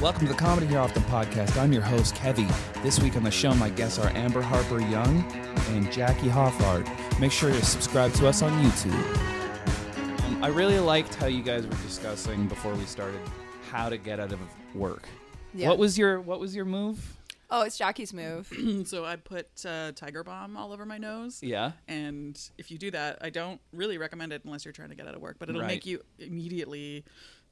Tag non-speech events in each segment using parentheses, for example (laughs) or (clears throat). Welcome to the Comedy Here Often podcast. I'm your host, Kevy. This week on the show, my guests are Amber Harper Young and Jackie Hoffard. Make sure to subscribe to us on YouTube. Um, I really liked how you guys were discussing before we started how to get out of work. Yeah. What was your What was your move? Oh, it's (clears throat) Jackie's move. So I put uh, Tiger Bomb all over my nose. Yeah. And if you do that, I don't really recommend it unless you're trying to get out of work, but it'll Right. make you immediately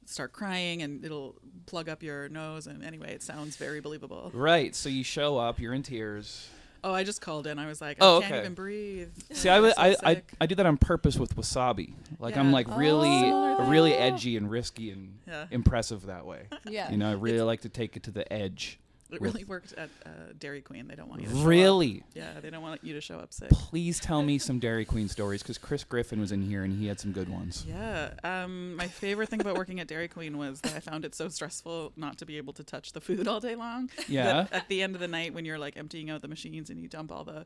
start crying and it'll plug up your nose. And anyway, it sounds very believable. Right. So you show up, you're in tears. Oh, I just called in. I was like, I Oh, can't okay. even breathe. See, I'm I, would, so I, I sick. I do that on purpose with wasabi. Like I'm Yeah. like really Oh. really edgy and risky and Yeah. impressive that way. Yeah. You know, I really like to take it to the edge. It with- really worked at uh, Dairy Queen. They don't want you to show up. Really? Yeah, they don't want you to show up sick. Please tell me some Dairy Queen stories because Chris Griffin was in here and he had some good ones. Yeah. Um, my favorite thing about working at Dairy Queen was that I found it so stressful not to be able to touch the food all day long. Yeah. That at the end of the night, when you're like emptying out the machines and you dump all the,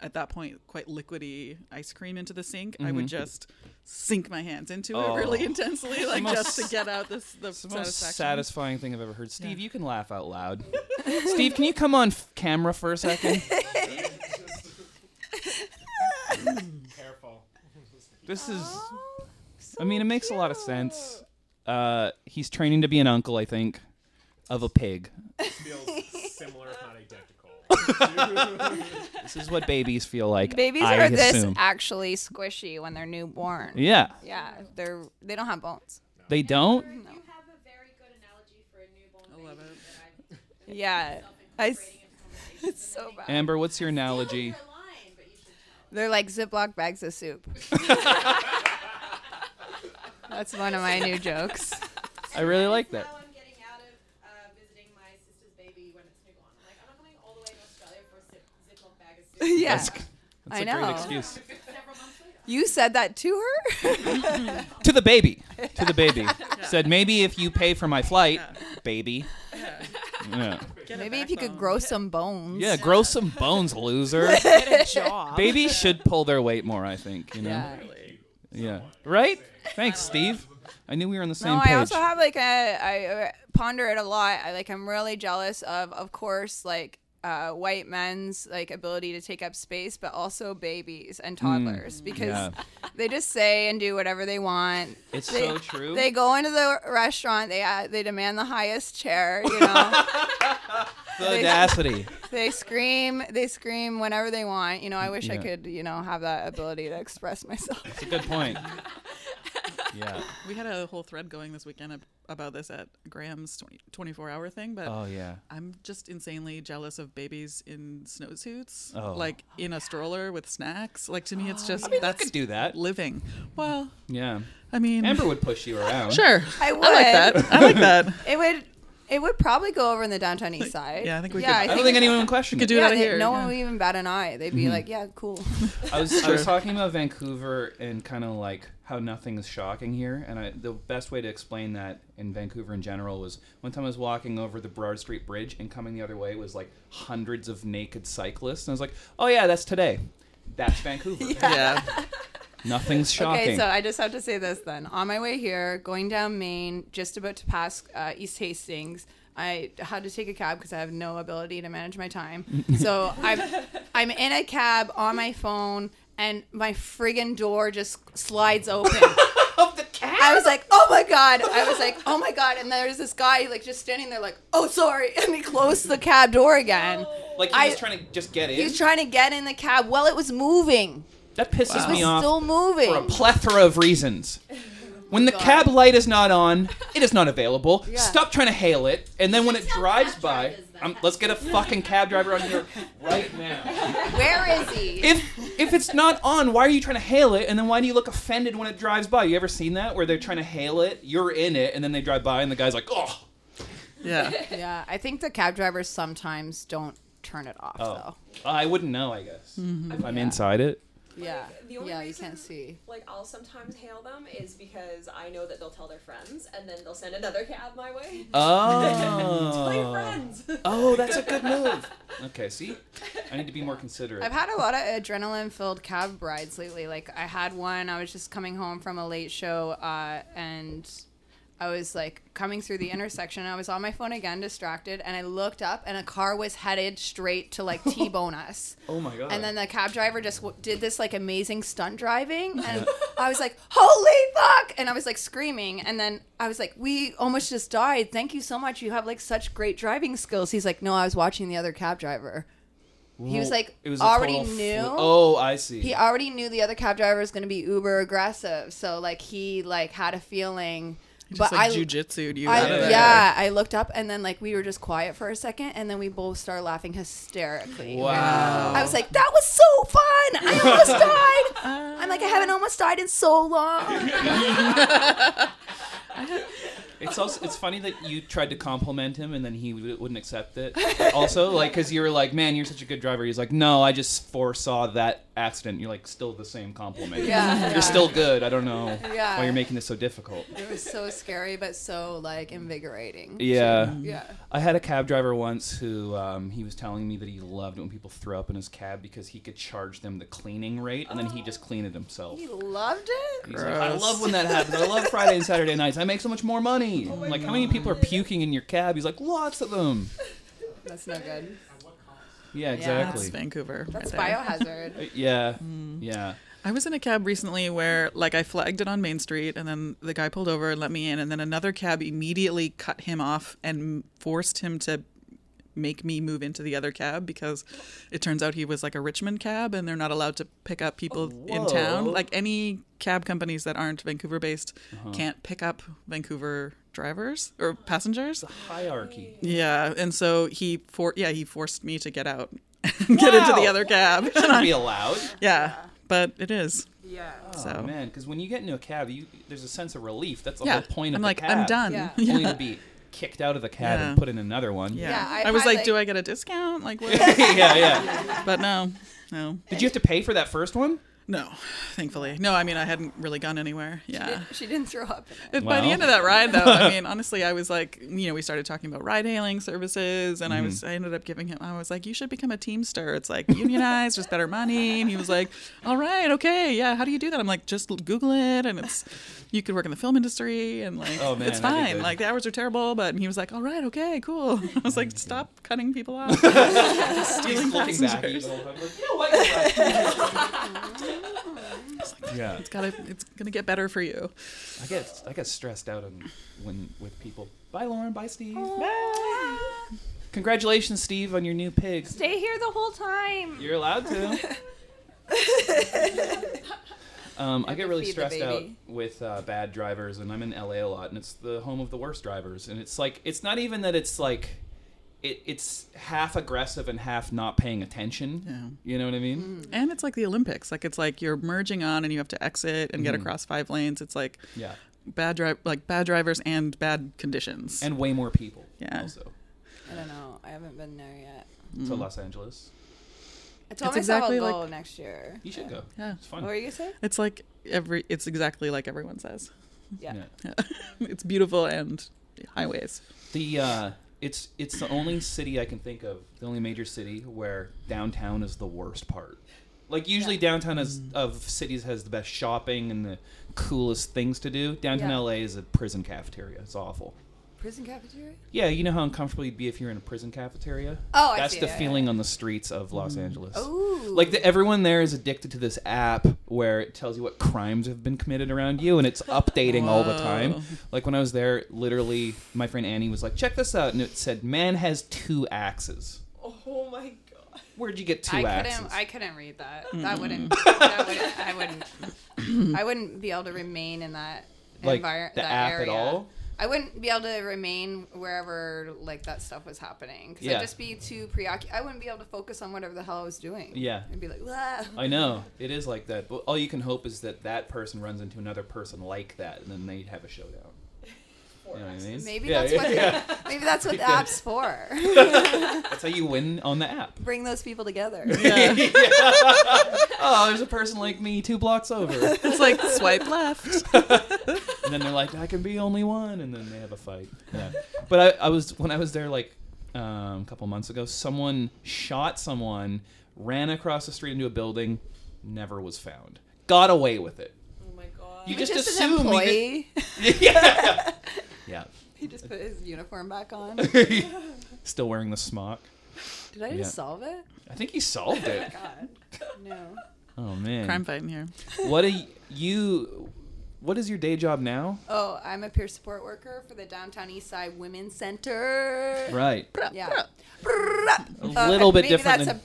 at that point, quite liquidy ice cream into the sink, I would just sink my hands into Mm-hmm. Oh. it really intensely, like most- just to get out this the It's the most satisfaction. satisfying thing I've ever heard. Steve, you can laugh out (laughs) loud. Steve, can you come on f- camera for a second? Careful. This is, I mean, it makes a lot of sense. Uh, he's training to be an uncle, I think, of a pig. Feels similar, if not identical. This is what babies feel like. Babies I are this assume. actually squishy when they're newborn. yeah, Yeah, they're they don't have bones. they don't. No. You have a very good analogy for a newborn baby love it. that I've Yeah, I. s- (laughs) been in conversation. It's so bad. Amber, what's your analogy? You're lying, but you should tell. They're like Ziploc bags (laughs) of soup. That's one of my new jokes. I really like that. That's how I'm getting out of uh, visiting my sister's baby when it's newborn. I'm like, I'm not coming all the way to Australia for a zip, Ziploc bag of soup (laughs) Yeah, That's, that's I a know. great excuse. several months later. you said that to her. (laughs) To the baby. To the baby. Said maybe if you pay for my flight, baby. Yeah. Get a Maybe if you could backbone. grow some bones. Yeah, grow some bones, loser. Babies should pull their weight more, I think. You know. Yeah. Yeah. Really. Right. Thanks, Steve. I knew we were on the same no, page. I also have like a I uh, ponder it a lot. I like I'm really jealous of of course like uh, white men's like ability to take up space, but also babies and toddlers because yeah. (laughs) they just say and do whatever they want. It's they- so true. They go into the restaurant. They uh, they demand the highest chair. You know, the audacity. they scream. They scream whenever they want. You know, I wish I Yeah. could you know have that ability to express myself. (laughs) It's a (laughs) good point. Yeah. We had a whole thread going this weekend ab- about this at Graham's 20, 24 hour thing, but Oh yeah. I'm just insanely jealous of babies in snowsuits, Oh. like in a stroller with snacks. Like to me, it's just I mean, I that's could do that. living. Well, Yeah. I mean, Amber would push you around. sure, I would. like that. I like that. You It would. It would probably go over in the downtown east side. yeah, I think we yeah, could- I I think, don't think anyone would question could it. do it out of they- here. No yeah. one would even bat an eye. They'd be like, "Yeah, cool." I was, I was talking about Vancouver and kind of like how nothing is shocking here. And I, the best way to explain that in Vancouver in general was one time I was walking over the Broad Street Bridge and coming the other way was like hundreds of naked cyclists. And I was like, oh yeah, that's today. That's (laughs) Vancouver. yeah, Nothing's shocking. Okay, so I just have to say this then. On my way here, going down Main, just about to pass uh, East Hastings, I had to take a cab because I have no ability to manage my time. so I'm I'm in a cab on my phone, and my friggin' door just slides open. I was like, oh my god! I was like, oh my god! And there's this guy like just standing there, like, oh sorry, (laughs) and he closed the cab door again. like he I- was trying to just get He in. was trying to get in the cab. Well, it was moving. that pisses It was me off still moving. for a plethora of reasons. When the God. cab light is not on, it is not available. Yeah. Stop trying to hail it, and then when it Tell drives cab by, drivers that. um, let's get a fucking cab driver on here right now. (laughs) Where is (laughs) he? If if it's not on, why are you trying to hail it? And then why do you look offended when it drives by? You ever seen that where they're trying to hail it, you're in it, and then they drive by, and the guy's like, oh. yeah. Yeah, I think the cab drivers sometimes don't turn it off Oh. I wouldn't know, I guess. If I'm inside it. though. Yeah, the only yeah, you reason- can't see. Like I'll sometimes hail them is because I know that they'll tell their friends and then they'll send another cab my way. Oh. friends. (laughs) oh, that's a good move. Okay, see? I need to be more considerate. I've had a lot of adrenaline-filled cab rides lately. Like I had one. I was just coming home from a late show, uh, and I was like coming through the intersection. I was on my phone again, distracted, and I looked up, and a car was headed straight to (laughs) like T-bone us. Oh my god. And then the cab driver just w- did this like amazing stunt driving, and I was like, "Holy fuck!" And I was like screaming, and then I was like, "We almost just died. Thank you so much. You have like such great driving skills." He's like, "No, I was watching the other cab driver. He was Well, like it was a already total fl- knew. oh, I see. He already knew the other cab driver was going to be uber aggressive, so like he like had a feeling." Just But like I jujitsued you out I, of Yeah. there. yeah, I looked up and then like we were just quiet for a second, and then we both started laughing hysterically. wow. I was like, that was so fun. I almost died. I'm like, I haven't almost died in so long. (laughs) It's also it's funny that you tried to compliment him and then he w- wouldn't accept (laughs) it. Also, like because you were like, "Man, you're such a good driver." He's like, "No, I just foresaw that accident." You're like, "Still the same compliment. (laughs) Yeah, You're still good. I don't know (laughs) Yeah. why you're making this so difficult." It was so scary, but so like invigorating. Yeah. Yeah. I had a cab driver once who um, he was telling me that he loved when people threw up in his cab because he could charge them the cleaning rate and then he just cleaned it himself. He loved it. He's like, I Gross. love when that happens. I (laughs) love Friday and Saturday nights. I make so much more money. Oh like, how many people are puking in your cab? He's like, lots of them. That's no good. Yeah, That's Mm. exactly. Vancouver. That's right there. biohazard. (laughs) Uh, Yeah, yeah. I was in a cab recently where like I flagged it on Main Street and then the guy pulled over and let me in and then another cab immediately cut him off and forced him to make me move into the other cab because it turns out he was like a Richmond cab and they're not allowed to pick up people in Oh, town whoa. Uh-huh. like any cab companies that aren't Vancouver based can't pick up Vancouver drivers or passengers Hierarchy. (laughs) yeah and so he for yeah he forced me to get out (laughs) and get into the Wow. other cab (laughs) Shouldn't be allowed. yeah but it is Yeah. Oh so man, because when you get into a cab, you there's a sense of relief. That's the yeah whole point of i'm the like cab. i'm done Yeah. (laughs) yeah, Only to be kicked out of the cab Yeah. and put in another one. Yeah. Yeah, I've I, was had, like, like- do i get a discount like (laughs) what (laughs) yeah, yeah. but no no Did you have to pay for that first one? no thankfully no i mean i hadn't really gone anywhere yeah She didn't throw (laughs) up. in it. It- By the Wow. end of that ride, (laughs) though, I mean, honestly, I was like, you know, we started talking about ride hailing services, Mm-hmm. and I was, I ended up giving him, I was like, you should become a Teamster. It's like unionized, just better money. And he was like, all right, okay, yeah, how do you do that? I'm like, just Google it, and it's, you could work in the film industry, and like, Oh, man, it's that'd be fine. good. Like, the hours are terrible, but and he was like, all right, okay, cool. (laughs) I was like, stop cutting people off. (laughs) Stealing Looking back, passengers. you know, you know what? (laughs) You're right. yeah, It's gotta, it's gonna get better for you. I get I get stressed out on, when with people. Bye, Lauren. Bye, Steve. Oh, Congratulations, Steve, on your new pig. Stay here the whole time. You're allowed (laughs) to. um, I have get to really feed the stressed out baby. with uh, bad drivers, and I'm in LA a lot, and it's the home of the worst drivers. And it's like it's not even that it's like it, it's half aggressive and half not paying attention. You know what I mean? Mm. And it's like the Olympics. Like it's like you're merging on and you have to exit and get Mm-hmm. across five lanes. It's like Yeah, bad drive like bad drivers and bad conditions. and way more people. Yeah. Mm-hmm. also I don't know. I haven't been there yet. to Los Angeles. I told myself It's exactly I'll go like- next year. You should go. Yeah. it's fun. What were you gonna say? it's like every it's exactly like everyone says. (laughs) Yeah. Yeah. it's beautiful and highways. The uh, it's it's the only city I can think of, the only major city where downtown is the worst part. Like usually downtown is of cities has the best shopping and the coolest things to do. Downtown Yeah. LA is a prison cafeteria. It's awful. Prison cafeteria. Yeah, you know how uncomfortable you'd be if you're in a prison cafeteria. Oh, I That's see. the Yeah, yeah, feeling on the streets of Los Angeles. Ooh. Like the, everyone there is addicted to this app where it tells you what crimes have been committed around you, and it's updating all the time. Whoa. Like when I was there, literally, my friend Annie was like, "Check this out," and it said, "Man has two axes." Oh my god. Where'd you get two I axes? couldn't. I couldn't read that. (laughs) That wouldn't. that wouldn't. I wouldn't. I wouldn't be able to remain in that Like, environment. the that app at area. all? I wouldn't be able to remain wherever like that stuff was happening. Cause Yeah. I'd just be too preoccupied. I wouldn't be able to focus on whatever the hell I was doing. Yeah. I'd be like, (laughs) wow. I know it is like that, but all you can hope is that that person runs into another person like that, and then they have a (laughs) showdown. You know what I mean? Maybe Yeah, that's yeah, what. (laughs) the- yeah. (laughs) Maybe that's what (laughs) the Yeah. app's for. that's how you win on the app. Bring those people together. Yeah. Oh, there's a person like me two blocks over. it's like swipe left. and then they're like, I can be only one, and then they have a fight. Yeah. But I, I was when I was there like um, a couple months ago, someone shot someone, ran across the street into a building, never was found, got away with it. Oh my god. You Just, (laughs) just, an assume. you employee. could- yeah. (laughs) Yeah. (laughs) He just put his uniform back (laughs) on. Still wearing the smock. Did I just Yeah. solve it? I think he solved it. God, no. Oh man. Crime fighting here. What do you? What is your day job now? Oh, I'm a peer support worker for the Downtown East Side Women's Center. Right. Yeah. A little bit maybe different Uh, That's than-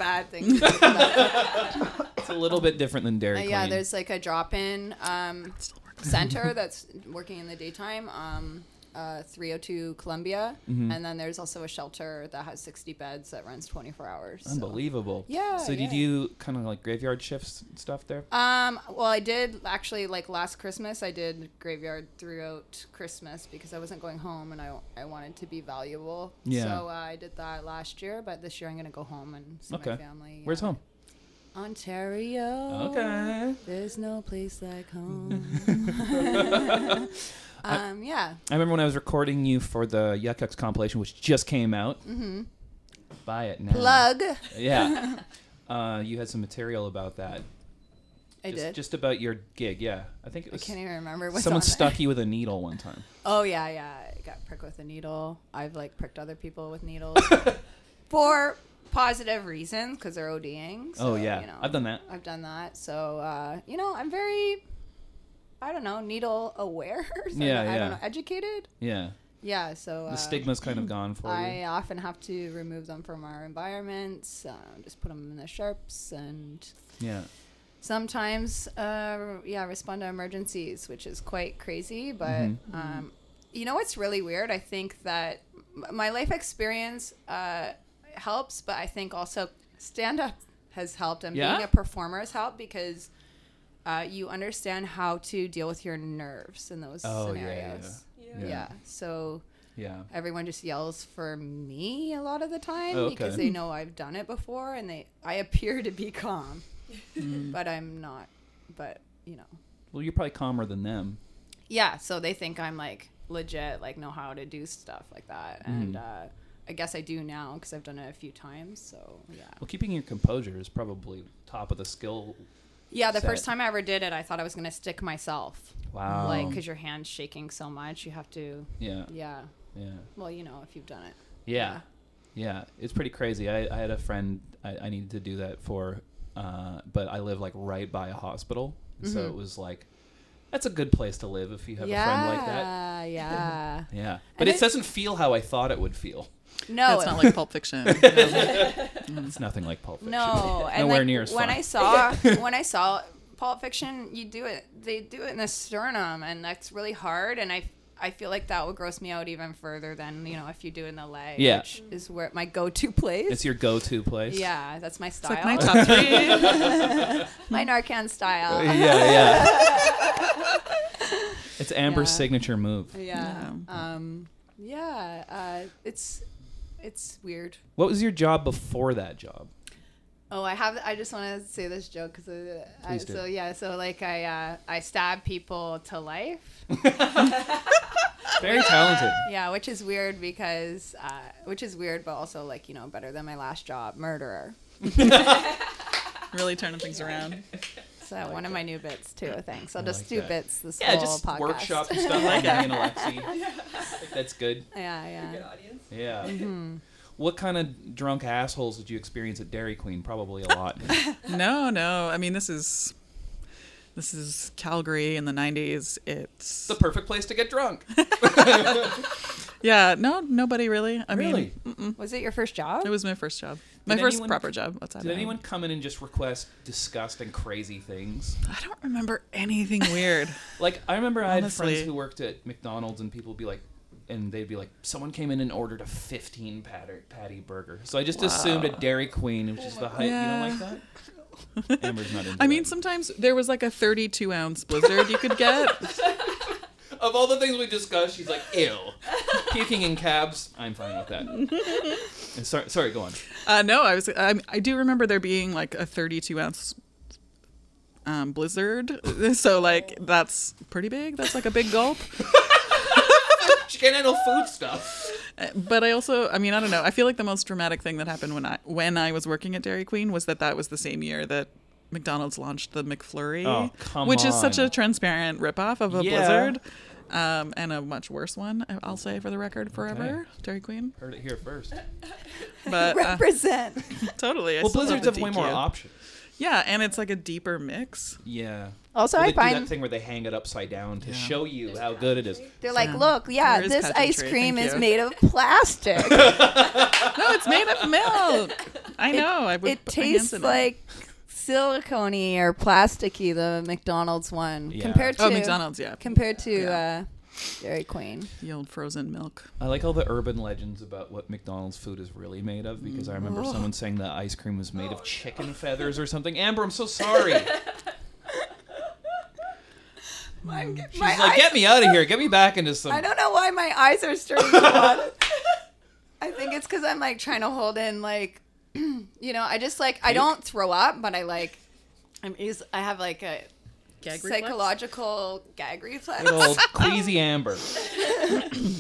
a bad (laughs) thing. to do. It's a little bit different than Dairy Uh, Queen. yeah, there's like a drop-in (laughs) um, center that's working in the daytime, um, uh, 302 Columbia, Mm-hmm. and then there's also a shelter that has 60 beds that runs 24 hours. so. Unbelievable. Yeah, So do yeah. you do kind of like graveyard shifts and stuff there? Um, well, I did actually like last Christmas. I did graveyard throughout Christmas because I wasn't going home and I, I wanted to be valuable. Yeah. So uh, I did that last year, but this year I'm gonna go home and see okay. my family. Where's yeah. home? Ontario. Okay. There's no place like (laughs) home. um, yeah. I remember when I was recording you for the Yuck Yucks compilation, which just came out. Mm-hmm. Buy it now. Plug. (laughs) (laughs) Yeah. uh, you had some material about that. I just, did. Just about your gig, yeah. I think it I was. can't even remember what's someone on there. stuck you with a needle one time. Oh yeah, yeah. I got pricked with a needle. I've like pricked other people (laughs) with needles for positive reasons because they're ODing. (laughs) so, oh yeah, you know, I've done that. I've done that. So uh, you know, I'm very, I don't know, needle aware. (laughs) or something. Yeah, I yeah. don't know, educated. Yeah, Yeah. So uh, the stigma's kind of gone for I you. often have to remove them from our environments. Uh, just put them in the sharps and Yeah, sometimes uh, yeah respond to emergencies which is quite crazy but Mm-hmm. um, you know what's really weird i think that m- my life experience uh, helps but i think also stand up has helped and Yeah? being a performer has helped because uh, you understand how to deal with your nerves in those Oh, yeah, yeah, scenarios yeah. Yeah. so yeah, everyone just yells for me a lot of the time Oh, because okay. they know I've done it before and they I appear to be calm, but I'm not. But you know, Well, you're probably calmer than them. yeah. So they think I'm like legit, like know how to do stuff like that, Mm-hmm. and uh, I guess I do now because I've done it a few times. So yeah. Well, keeping your composure is probably top of the skill. Yeah, the Sad. Oh. first time I ever did it, I thought I was gonna stick myself, Wow. like because your hand's shaking so much, you have to. yeah, Yeah. yeah. Well, you know, if you've done it. Yeah. Yeah. It's pretty crazy. I, I had a friend I, I needed to do that for, uh, but I live like right by a hospital. and Mm-hmm. So it was like, that's a good place to live if you have a friend like that. Yeah, yeah. Yeah. But it, it- doesn't feel how I thought it would feel. No, That's not like Pulp Fiction. Mm. No. It's nothing like Pulp Fiction. (laughs) No, and Nowhere like, near as when fun. I saw (laughs) when I saw Pulp Fiction, you do it. They do it in the sternum, and that's really hard. And I I feel like that would gross me out even further than you know if you do it in the leg, Yeah. which is where my go-to (laughs) place. It's your go to place. yeah, that's my style. Like (laughs) my top three. my Narcan (laughs) style. yeah, (laughs) yeah. it's Amber's Yeah. signature move. Yeah. Um. Yeah. Uh. It's it's weird. What was your job before that job? Oh, I have. I just want to say this joke because uh, I- Please do. so yeah. So like I uh, I stab people to life. Very talented. Yeah, which is weird because, uh, which is weird, but also like you know better than my last job, murderer. Really turning things around. So one of my new bits too. Thanks. I'll I just like do that. bits this Yeah, whole just podcast. workshop and stuff like that. and Alexi. (laughs) I think That's good. yeah, yeah. audience. Yeah. Mm-hmm. What kind of drunk assholes did you experience at Dairy Queen? Probably a (laughs) lot. No, no. I mean, this is this is Calgary in the '90s. It's the perfect place to get drunk. yeah. No, nobody really. I mean, Was it your first job? (laughs) it was my first job, my Did first anyone- proper job. Outside Did of anyone come in and just request disgusting, crazy things? I don't remember anything weird. Like I remember I had friends Honestly. who worked at McDonald's, and people would be like, and they'd be like, someone came in and ordered a 15 patter, patty burger. So I just assumed at Dairy Queen, which is the hype. You don't like (laughs) that? Amber's not into Oh I mean, that. sometimes there was like a 32 ounce blizzard you could get. of all the things we discussed, she's like, ew. Puking in cabs, I'm fine with that. And sorry, sorry, go on. Uh, no, I was. I, I do remember there being like a 32 ounce um, blizzard. (laughs) So like that's pretty big. That's like a big gulp. She can't handle food stuff. But I also, I mean, I don't know. I feel like the most dramatic thing that happened when I when I was working at Dairy Queen was that that was the same year that McDonald's launched the McFlurry, Oh, come which is such on. a transparent ripoff of a Yeah. blizzard. um, and a much worse one, I- I'll say for the record, forever Dairy Queen. Heard it here first. But uh, (laughs) Represent. totally, I Well, still love blizzards the have way more DQ. options. Yeah, and it's like a deeper mix. Yeah. Also, Well, I they do find that thing where they hang it upside down to show you how good it is. they're like, look, yeah, There is this ice pageantry, cream thank is you." made of plastic. (laughs) No, it's made (laughs) of milk. I know. I would. it put my hands tastes in like silicone or plasticky, the McDonald's one, Yeah. compared to Oh, McDonald's, yeah. compared to Yeah. uh, Dairy Queen. The old frozen milk. I like all the urban legends about what McDonald's food is really made of because I Mm. remember someone saying that ice cream was made of Oh. chicken feathers or something. Amber, I'm so sorry. (laughs) She's Mm. My, like, get me out of here. Get me back into some. I don't know why my eyes are starting to water. I think it's because I'm like trying to hold in like, (clears throat) you know, I just like I don't throw up, but I like, I'm is I have like a psychological gag reflex. Good (laughs) old queasy Amber. She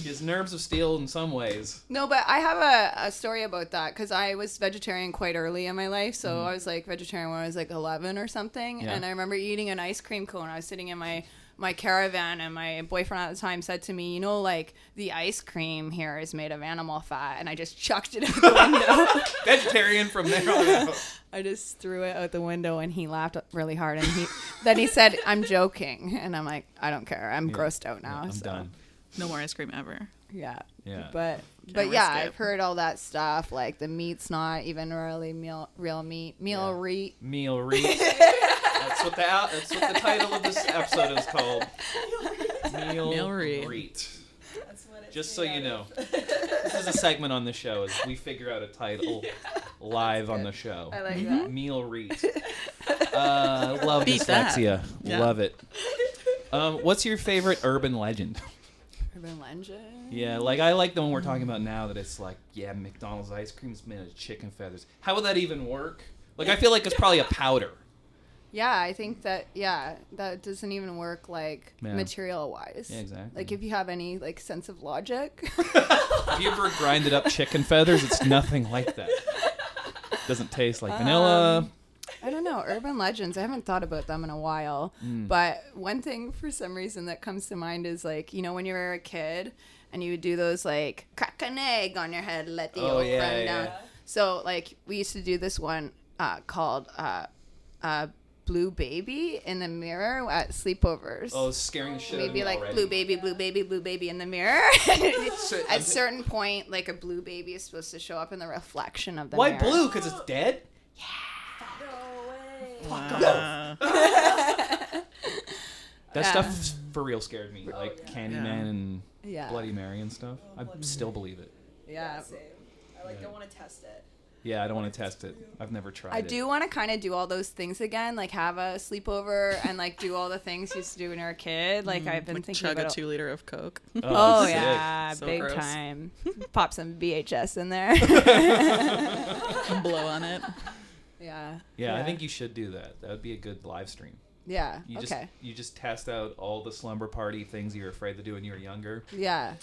has nerves of steel in some ways. No, but I have a, a story about that because I was vegetarian quite early in my life. So I was like vegetarian when I was like 11 or something. Mm-hmm. Yeah. And I remember eating an ice cream cone. I was sitting in my, my caravan, and my boyfriend at the time said to me, You know, like the ice cream here is made of animal fat. And I just chucked it out the window. (laughs) Vegetarian from there on out. (laughs) I just threw it out the window, and he laughed really hard. And he then he said, I'm joking. And I'm like, I don't care. I'm grossed out now. I'm so. done. No more ice cream ever. Yeah. Yeah. But but risk yeah, it. I've heard all that stuff. Like the meat's not even really meal, real meat. Meal Yeah. re. Meal (laughs) Reese. that's what the out- that's what the title of this episode is called. Meal, Meal Reet. Reet. That's what it's Just so made you know, (laughs) out of. this is a segment on the show as we figure out a (laughs) title live on the show. I like that. Meal (laughs) Reet. Uh, love Beat that. dyslexia. Yeah. Love it. Um, what's your favorite urban legend? Urban legend. Yeah, like I like the one we're talking about now that it's like, yeah, McDonald's ice cream is made of chicken feathers. How would that even work? Like, I feel like it's probably a powder. Yeah, I think that yeah that doesn't even work like Yeah. material wise. Yeah, exactly. Like if you have any like sense of logic. (laughs) If you ever grinded up chicken feathers, it's nothing like that. Doesn't taste like Um, vanilla. I don't know urban legends. I haven't thought about them in a while. Mm. But one thing for some reason that comes to mind is like you know when you were a kid and you would do those like crack an egg on your head, let the Oh, yolk yeah, run down. yeah. So like we used to do this one uh, called uh, uh, Blue Baby in the mirror at sleepovers. Oh, it's scaring the shit out of Maybe me like already. blue baby, blue baby, blue baby in the mirror. (laughs) (laughs) At certain point, like a blue baby is supposed to show up in the reflection of the Why mirror. blue? Because it's dead? No way. Wow. That Yeah. stuff for real scared me. Like yeah. Candyman Yeah. and Yeah. Bloody Mary and stuff. I still believe it. yeah. Same. I like don't want to test it. Yeah, I don't want to test it. I've never tried I it. do want to kind of do all those things again, like have a sleepover and like do all the things you used to do when you were a kid. Mm-hmm. Like I've been Like thinking chug a about. two liter (laughs) of Coke. Oh sick. yeah, So big gross. time. (laughs) Pop some VHS in there. blow on it. (laughs) yeah. Yeah, I think you should do that. That would be a good live stream. Yeah. You just okay. you just test out all the slumber party things you were afraid to do when you were younger. Yeah.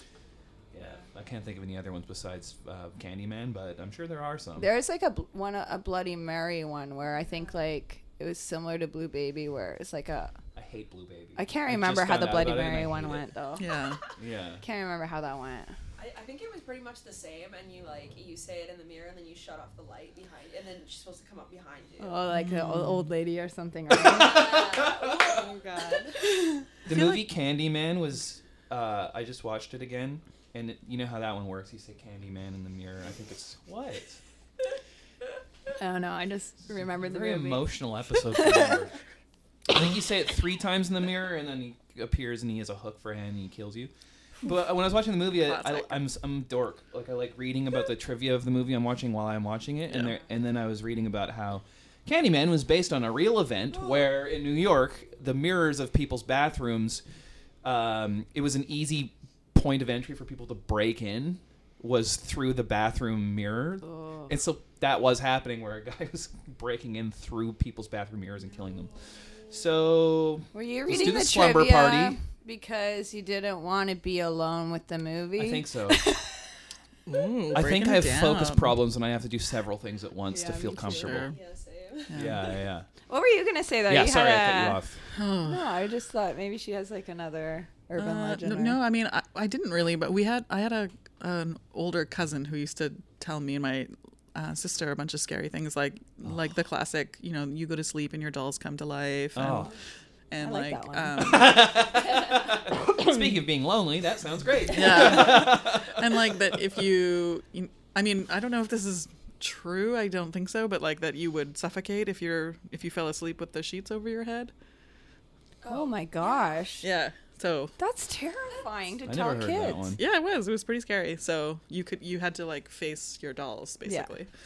Yeah, I can't think of any other ones besides uh, Candyman, but I'm sure there are some. There's like a bl- one a Bloody Mary one where I think like it was similar to Blue Baby where it's like a I hate Blue Baby. I can't just remember how found the out Bloody about it and I Mary one hate it. went though. Yeah. Yeah. Can't remember how that went. I, I think it was pretty much the same, and you like you say it in the mirror, and then you shut off the light behind, and then she's supposed to come up behind you. (laughs) Oh, like the o- old lady or (laughs) something. Right? oh god. (laughs) The movie Candyman was. Uh, I just watched it again, and it, you know how that one works. You say Candyman in the mirror. I think it's what. I don't know. Oh, I just (laughs) remember the Very movie. (laughs) emotional episode. for Amber. I think you say it three times in the mirror, and then he appears and he has a hook for a hand and he kills you. But when I was watching the movie, I, I, Classic. I'm I'm a dork. Like I like reading about the trivia of the movie I'm watching while I'm watching it, and Yeah. there and then I was reading about how. Candyman was based on a real event where in New York, the mirrors of people's bathrooms, um, it was an easy point of entry for people to break in was through the bathroom mirror. And so that was happening where a guy (laughs) was breaking in through people's bathroom mirrors and killing them. So Were you Let's reading do the, the slumber trivia party. because you didn't want to be alone with the movie? I think (laughs) so. Ooh, I think I have focus problems. problems and I have to do several things at once to Yeah, feel me too. comfortable. Sure. Yeah, same. Yeah, yeah. What were you gonna say though? Yeah, you sorry, I had cut a- you off. No, I just thought maybe she has like another urban Uh, legend? n- or- No, I mean I, I didn't really, but we had I had a an older cousin who used to tell me and my uh, sister a bunch of scary things like like the classic, you know, you go to sleep and your dolls come to life. And, Oh. and I like like, that (laughs) um, Oh. Speaking of being lonely, that sounds great. (laughs) yeah, (laughs) and like that if you, you, I mean, I don't know if this is true. I don't think so, but like that you would suffocate if you're if you fell asleep with the sheets over your head. Oh my gosh. Yeah. So That's terrifying to I tell never heard kids. that one. yeah, it was it was pretty scary. So you could you had to like face your dolls Yeah. basically. (laughs)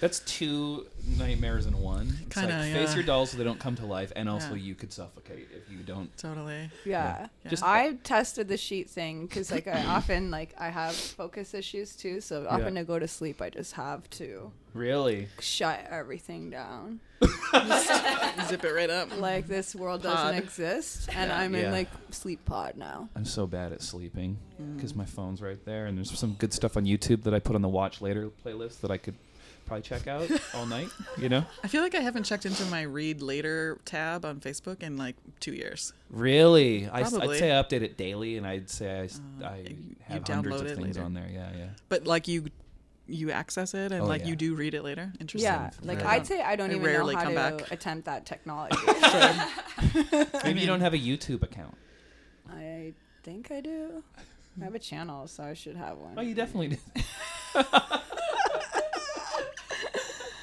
That's two nightmares in one. It's Kinda, like face yeah. your dolls so they don't come to life, and also Yeah. you could suffocate if you don't. Totally. Yeah. Yeah. Just- I tested the sheet thing because like I often like I have focus issues too, so often to go to sleep I just have to (laughs) Really? shut everything down. Zip it right up. Like this world Pod. doesn't exist, and I'm Yeah. in like sleep pod now. I'm so bad at sleeping Mm. because my phone's right there, and there's some good stuff on YouTube that I put on the watch later playlist that I could probably check (laughs) out all night. You know? I feel like I haven't checked into my read later tab on Facebook in like two years. Really? I, would Probably. Uh, say I update it daily, and I'd say I, s- I you- have you hundreds download of it things later. on there. Yeah, yeah. (laughs) But like you, you access it and Oh, like yeah. you do read it later. Interesting. Yeah, like Right. I'd say I don't I even know rarely how to come back. attempt that (laughs) technology. (laughs) Maybe you don't have a YouTube account. I think I do. I have a channel, so I should have Oh, one. you definitely do. (laughs)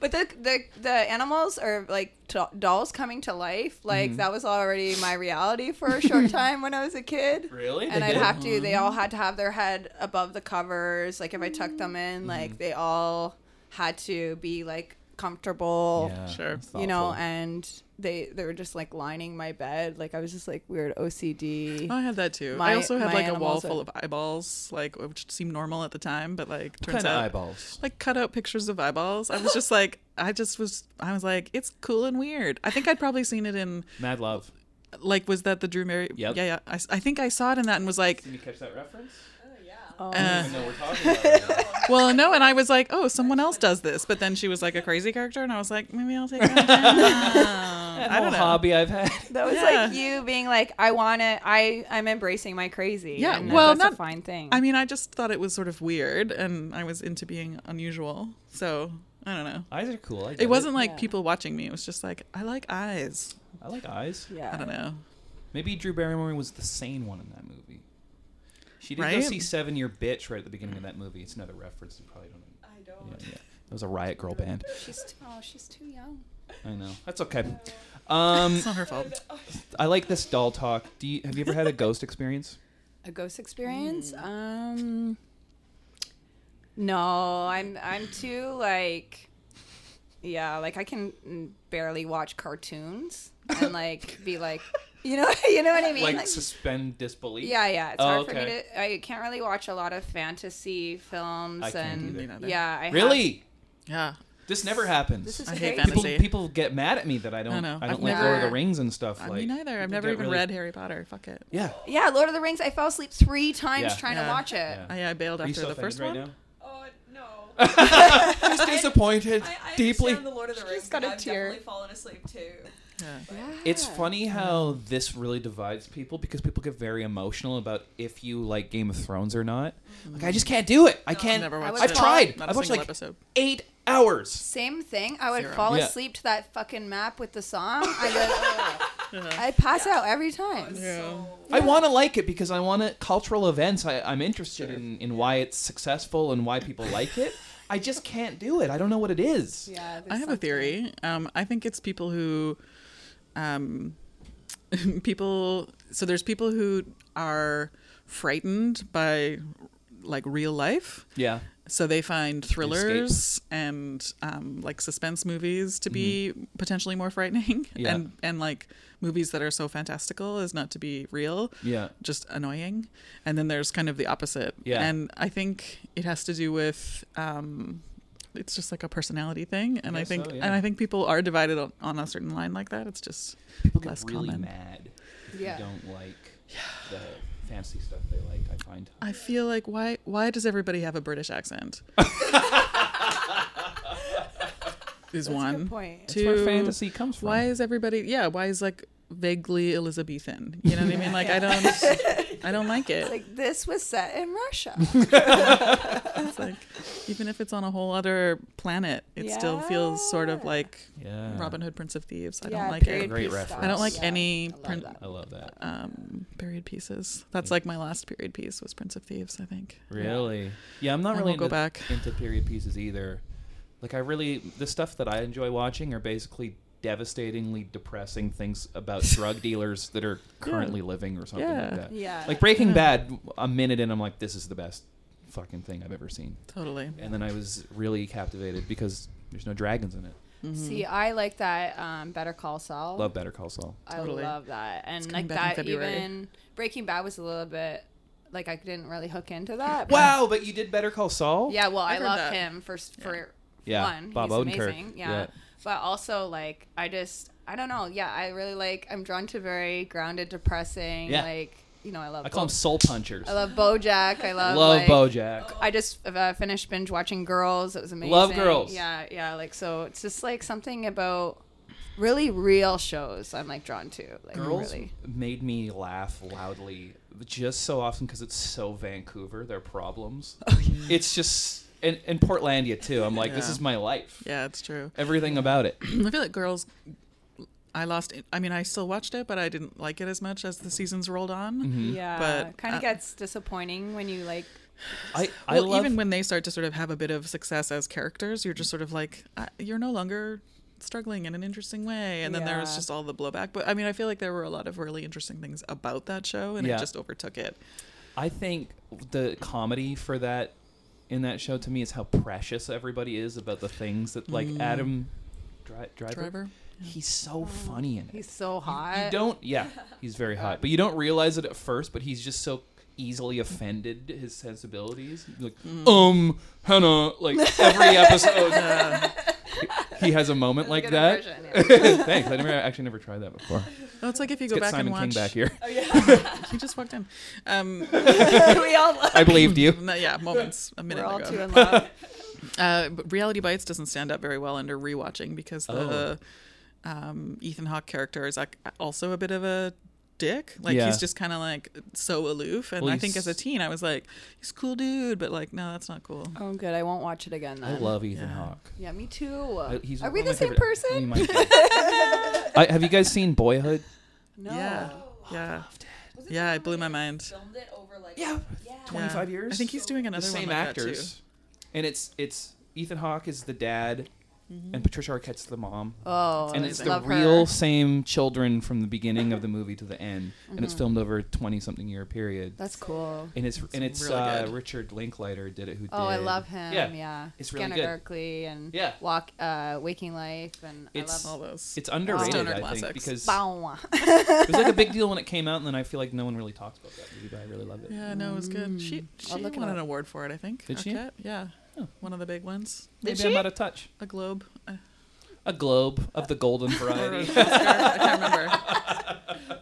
But the the the animals are like to dolls coming to life. Like Mm-hmm. that was already my reality for a (laughs) short time when I was a kid. Really? And I'd have to. They all Mm-hmm. had to have their head above the covers. Like if I tucked them in, Mm-hmm. like they all had to be like comfortable. Sure. You know, and they they were just like lining my bed. Like I was just like weird OCD. Oh, I had that too. My- I also had my like a wall animals full are- of eyeballs, like which seemed normal at the time, but like turns kind of out eyeballs. like cut out pictures of eyeballs. I was just like, I just was, I was like, it's cool and weird. I think I'd probably seen it in Mad Love. like, was that the Drew Mary? Yep. Yeah, yeah. I, s- I think I saw it in that and was like, Did you catch that reference? Um, uh, No, we're talking about (laughs) (laughs) it. Well, no, and I was like, oh, someone else does this. But then she was like a crazy character, and I was like, maybe I'll take that down. I don't know. hobby I've had. (laughs) That was Yeah. like you being like, I wanna, I, I'm embracing my crazy. Yeah, and well, that's not- a fine thing. I mean, I just thought it was sort of weird, and I was into being unusual. So I don't know. Eyes are cool. I get It wasn't like Yeah. people watching me. It was just like I like eyes. I like eyes. yeah, I don't know. Maybe Drew Barrymore was the sane one in that movie. She did go Right? see Seven Year Bitch right at the beginning of that movie. It's another reference you probably don't know. I don't. Yeah, yeah. It was a Riot Girl band. She's t- oh, she's too young. I know. That's okay. Um, It's not her fault. I like this doll talk. Do you, have you ever had a ghost (laughs) experience? A ghost experience? Um, no, I'm, I'm too like, yeah, like I can barely watch cartoons and like be like, you know, (laughs) you know what I mean? Like Like- suspend disbelief? Yeah, yeah. It's Oh, hard for me okay. to. I can't really watch a lot of fantasy films I can't and either. Mm, Me neither. yeah. I have- Really? Yeah, This never happens. This is I crazy. hate people, fantasy. people get mad at me that I don't I, I know. don't I've like never- Lord of the Rings and stuff. I like mean, neither. people I've never get even really- read Harry Potter. Fuck it. Yeah. Yeah, Lord of the Rings. I fell asleep three times Yeah. trying to Yeah. watch it. Yeah. I, I bailed Are you after so the offended first right one. now? Oh no. (laughs) Just disappointed I, (laughs) I deeply. understand the Lord of the Rings. got and a I've tear. definitely fallen asleep too. Yeah. It's Yeah. funny how this really divides people because people get very emotional about if you like Game of Thrones or not. Like, I just Mm-hmm. can't do it. I can't. Never watched was I've it. fall- tried. Not a I've watched single like episode. eight hours. Same thing. I would Zero. fall Yeah. asleep to that fucking map with the song. (laughs) I go, I pass out every time. Uh-huh. Yeah. I want to like it because I want to cultural events. I, I'm interested in, in why it's successful and why people like it. I just can't do it. I don't know what it is. Yeah, I have a theory. Um, I think it's people who, um, (laughs) people. So there's people who are frightened by like real life. Yeah. So they find thrillers and um, like suspense movies to be potentially more frightening, Mm-hmm. (laughs) Yeah. and and like movies that are so fantastical as not to be real, Yeah. just annoying. And then there's kind of the opposite, Yeah. And I think it has to do with um, it's just like a personality thing, and I, guess think so, yeah. and I think people are divided on, on a certain line like that. It's just People get less really common. mad if Yeah. you don't like the fancy stuff they like. I find. I feel like why why does everybody have a British (laughs) accent? Is That's a one good point. That's where two- fantasy comes from. Why is everybody? Yeah, why is like vaguely Elizabethan. You know what I mean? Like I don't, I don't like it. Like this was set in (laughs) Russia. It's like (laughs) even if it's on a whole other planet, it still feels sort of like Yeah. Robin Hood, Prince of Thieves. I Yeah, don't like period it. Uh. Great piece reference. stuff. I don't like Yeah. any I love print, (laughs) that. I love that. um, period pieces. That's like my last period piece was Prince of Thieves. I think. Mm. Really? Yeah, I'm not I really won't go into, back. into period pieces either. Like I really the stuff that I enjoy watching are basically devastatingly depressing things (laughs) about drug dealers that are currently living or something Yeah. like that. Yeah. Like Breaking Bad, a minute in I'm like this is the best fucking thing I've ever seen. Totally. And then I was really captivated because there's no dragons in it. See, Mm-hmm. I like that um, Better Call Saul. Love Better Call Saul. I Totally. love that. And like coming back in that February. even Breaking Bad was a little bit like I didn't really hook into that. but- Wow, but you did Better Call Saul? Yeah, well, I heard love that. him for s- for Yeah, one. Bob He's Odenkirk. amazing. Yeah. Yeah. But also like I just I don't know. Yeah, I really like I'm drawn to very grounded, depressing, Yeah. like, you know, I love I call them Bo- soul punchers. I love BoJack. I love Love like, BoJack. I just uh, finished binge watching Girls. It was amazing. Love Girls. Yeah, yeah. Like so, it's just like something about really real shows. I'm like drawn to. Like Girls really. made me laugh loudly just so often because it's so Vancouver. Their (laughs) problems. It's just and, and Portlandia too. I'm like, this Oh, Yeah. is my life. Yeah, it's true. (clears throat) Everything about (laughs) it. I feel like girls. I lost. I mean, I still watched it, but I didn't like it as much as the seasons rolled on. Mm-hmm. Yeah, But, kind of uh, gets disappointing when you like. I I Well, love even when they start to sort of have a bit of success as characters, you're just sort of like, uh, you're no longer struggling in an interesting way. And then there was Yeah. just all the blowback. But I mean, I feel like there were a lot of really interesting things about that show, and Yeah. it just overtook it. I think the comedy for that in that show to me is how precious everybody is about the things that like Adam Dri- Driver. Mm. Driver. He's so funny in it. He's so hot. you don't yeah he's very hot but you don't realize it at first but he's just so easily offended his sensibilities like Mm. um hannah like every (laughs) episode he has a moment like Good that impression, (laughs) yeah. thanks i never I actually never tried that before Oh, it's like if you go get back simon and watch. king back here (laughs) Oh, He just walked in. Um, (laughs) we all (laughs) i believed you no, yeah, moments a minute We're all ago. too Oh in love. Uh, but Reality Bites doesn't stand up very well under rewatching because the Oh. um, Ethan Hawke character is like also a bit of a dick. Like Yeah. he's just kind of like so aloof. And Well, I think he's- as a teen, I was like, he's a cool dude, but like, no, that's not cool. oh, good. I won't watch it again i then. love ethan hawke Yeah, me too. Oh. I- he's Are one we of my the same favorite- we person? (laughs) might be. I, have you guys seen boyhood No. Yeah, yeah, Was it yeah. the It blew my one where they mind. Filmed it over like Yeah. yeah. 25 Yeah. years? I think he's doing the another same one like actors and it's it's ethan hawke is the dad Mm-hmm. and patricia arquette's the mom Oh, and it's the love her. real same children from the beginning of the movie to the end, and it's filmed over a twenty-something year period. Mm-hmm. That's cool. and it's and it's really uh, good. Richard Linklater did it. Who Oh, I did- love him. Yeah, Yeah, yeah. It's really Scanner good. Darkly and Yeah. Walk, uh, Waking Life, and It's- I All love those. It's underrated, Stoner I think, classics. because it (laughs) all. was like a big deal when it came out, and then I feel like no one really talks about that movie, but I really love it. yeah, no, it was good. She she Mm. I'll look it won an up. award for it, I think. Did she? Arquette, Yeah, Oh. one of the big ones. Maybe she? I'm out of touch. A Globe. Uh, A globe of the (laughs) golden or an variety. Oscar, I can't remember.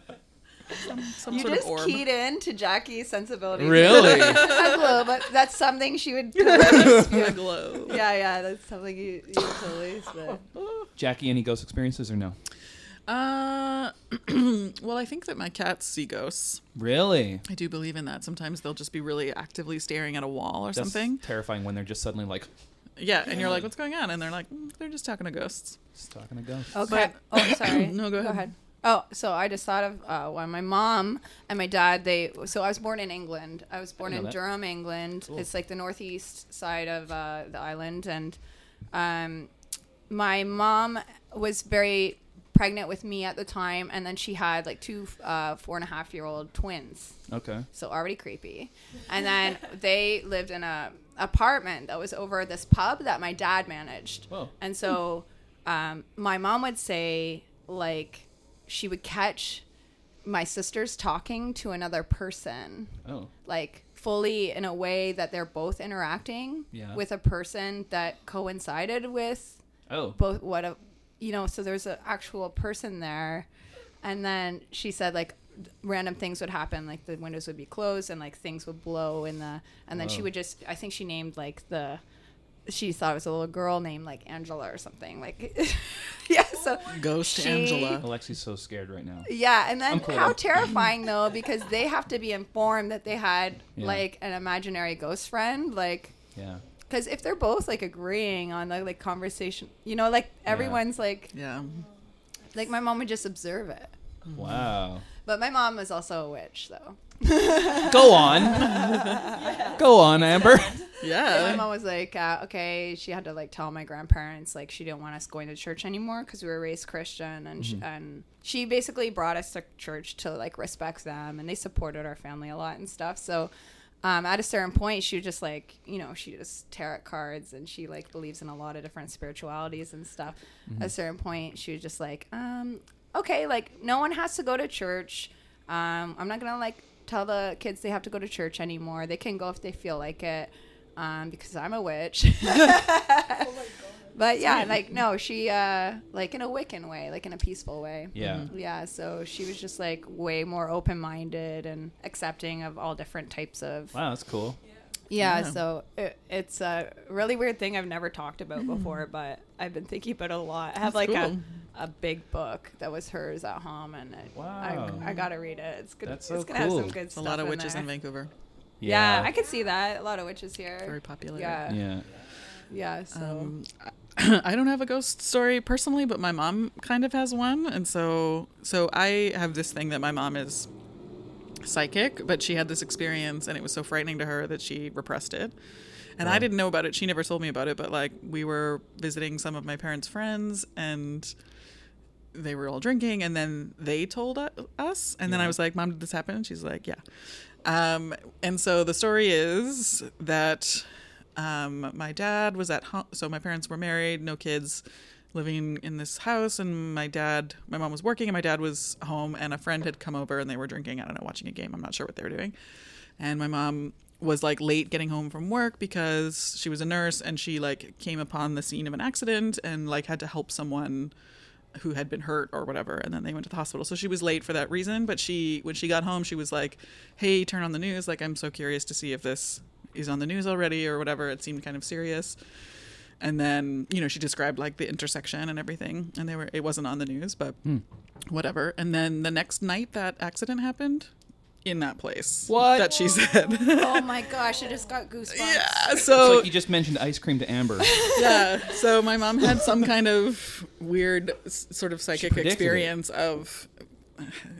Some, some You sort just of orb. keyed in to Jackie's sensibility. really? Hello, but that's something (laughs) she would. (laughs) yeah, (laughs) A globe. yeah, that's something you, (laughs) you totally said. Jackie, any ghost experiences or no? Uh, (clears throat) well, I think that my cats see ghosts. Really? I do believe in that. Sometimes they'll just be really actively staring at a wall or That's something. terrifying when they're just suddenly like Yeah, and you're like, "What's going on?" And they're like, "Mm, "They're just talking to ghosts." just talking to ghosts. Okay. oh, (coughs) sorry. No, go ahead. Oh, so I just thought of uh, when my mom and my dad. They so I was born in England. I was born know in that. Durham, England. It's like the northeast side of uh, the island, and um, my mom was very pregnant with me at the time, and then she had like two uh, four and a half year old twins Okay. so already creepy. And (laughs) then they lived in a apartment that was over this pub that my dad managed. Whoa. And so um, my mom would say like she would catch my sisters talking to another person Oh. like fully in a way that they're both interacting Yeah. with a person that coincided with Oh. both what a you know so there's an actual person there and then she said like random things would happen like the windows would be closed and like things would blow in the and then she Wow. would just i think she named like the she thought it was a little girl named like Angela or something. Like, (laughs) yeah. So Ghost She- Angela. Alexi's so scared right now. yeah, and then I'm cool. how terrifying (laughs) though, because they have to be informed that they had Yeah. like an imaginary ghost friend, like. Yeah. Because if they're both like agreeing on like, like conversation, you know, like everyone's like, Yeah. like my mom would just observe it. Wow. But my mom was also a witch, though. Go on. Go on, Amber. my Yeah. mom was like, uh, okay, she had to like tell my grandparents like she didn't want us going to church anymore because we were raised Christian, and she, and she basically brought us to church to like respect them, and they supported our family a lot and stuff. So. Um, at a certain point, she was just like, you know, she does tarot cards and she like believes in a lot of different spiritualities and stuff. At a certain point, she was just like, um, okay, like no one has to go to church. Um, I'm not gonna like tell the kids they have to go to church anymore. They can go if they feel like it, um, because I'm a witch. (laughs) but yeah, like no, she uh, like in a Wiccan way, like in a peaceful way. Yeah. Yeah, so she was just like way more open minded and accepting of all different types of. Wow, that's cool. Yeah, Yeah. so it, it's a really weird thing I've never talked about before, but I've been thinking about it a lot. I have like cool. a, a big book that was hers at home, and it, Wow. I, I gotta read it. It's good. That's it's so gonna cool. have some good A stuff. lot of in witches there. in Vancouver. Yeah. I could see that. A lot of witches here. Very popular. Yeah, yeah. Yeah. so Um, (clears throat) I don't have a ghost story personally, but my mom kind of has one, and so so I have this thing that my mom is psychic, but she had this experience, and it was so frightening to her that she repressed it. And I didn't know about it. She never told me about it, but like we were visiting some of my parents' friends, and they were all drinking, and then they told u- us, and then I was like, "Mom, did this happen?" And she's like, "Yeah." Um, and so the story is that um, my dad was at home. So my parents were married, no kids, living in this house. And my dad, my mom was working, and my dad was home. And a friend had come over, and they were drinking. I don't know, watching a game. I'm not sure what they were doing. And my mom was like late getting home from work because she was a nurse, and she like came upon the scene of an accident and like had to help someone who had been hurt or whatever and then they went to the hospital so she was late for that reason but she when she got home she was like hey turn on the news like i'm so curious to see if this is on the news already or whatever it seemed kind of serious and then you know she described like the intersection and everything and they were it wasn't on the news but whatever and then the next night that accident happened in that place What? that she said (laughs) oh my gosh, I just got goosebumps. yeah It's so like you just mentioned ice cream to (laughs) Amber. yeah. So my mom had some kind of weird s- sort of psychic predicted it. experience of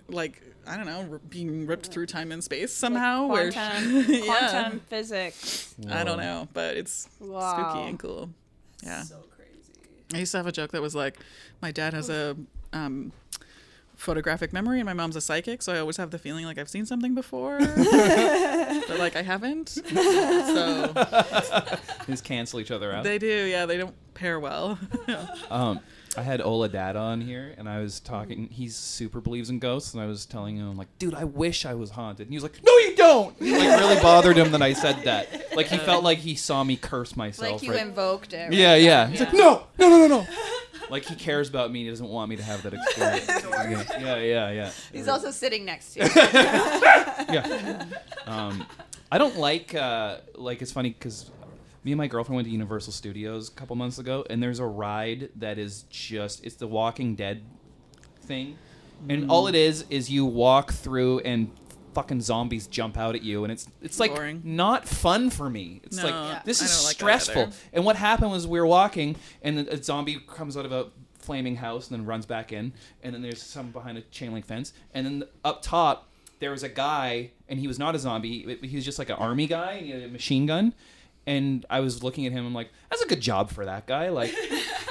like I don't know, r- being ripped through time and space somehow. where Quantum, she- yeah. quantum physics. I don't know, but it's Wow. spooky and cool. Yeah. So crazy. I used to have a joke that was like, my dad has a um, photographic memory and my mom's a psychic, so I always have the feeling like I've seen something before, but like I haven't. So Just cancel each other out. they do, yeah, they don't pair well. Um, I had Ola Dad on here, and I was talking. He super believes in ghosts, and I was telling him like, "Dude, I wish I was haunted." And he was like, "No, you don't." It, like really bothered him that I said that. Like he felt like he saw me curse myself. Like you right- invoked it. right? yeah, yeah. He's like, Yeah. "No, no, no, no, (laughs) no." like he cares about me. He doesn't want me to have that experience. yeah, yeah, yeah. yeah. He's also sitting next to you. (laughs) yeah. Um, I don't like uh, like it's funny because me and my girlfriend went to Universal Studios a couple months ago, and there's a ride that is just it's the Walking Dead thing, and all it is is you walk through and fucking zombies jump out at you and it's it's like Boring. not fun for me it's No, Yeah. like this I is don't like that stressful either. and what happened was we were walking and a a zombie comes out of a flaming house and then runs back in and then there's some behind a chain link fence and then up top there was a guy and he was not a zombie he was just like an army guy and he had a machine gun and i was looking at him i'm like that's a good job for that guy like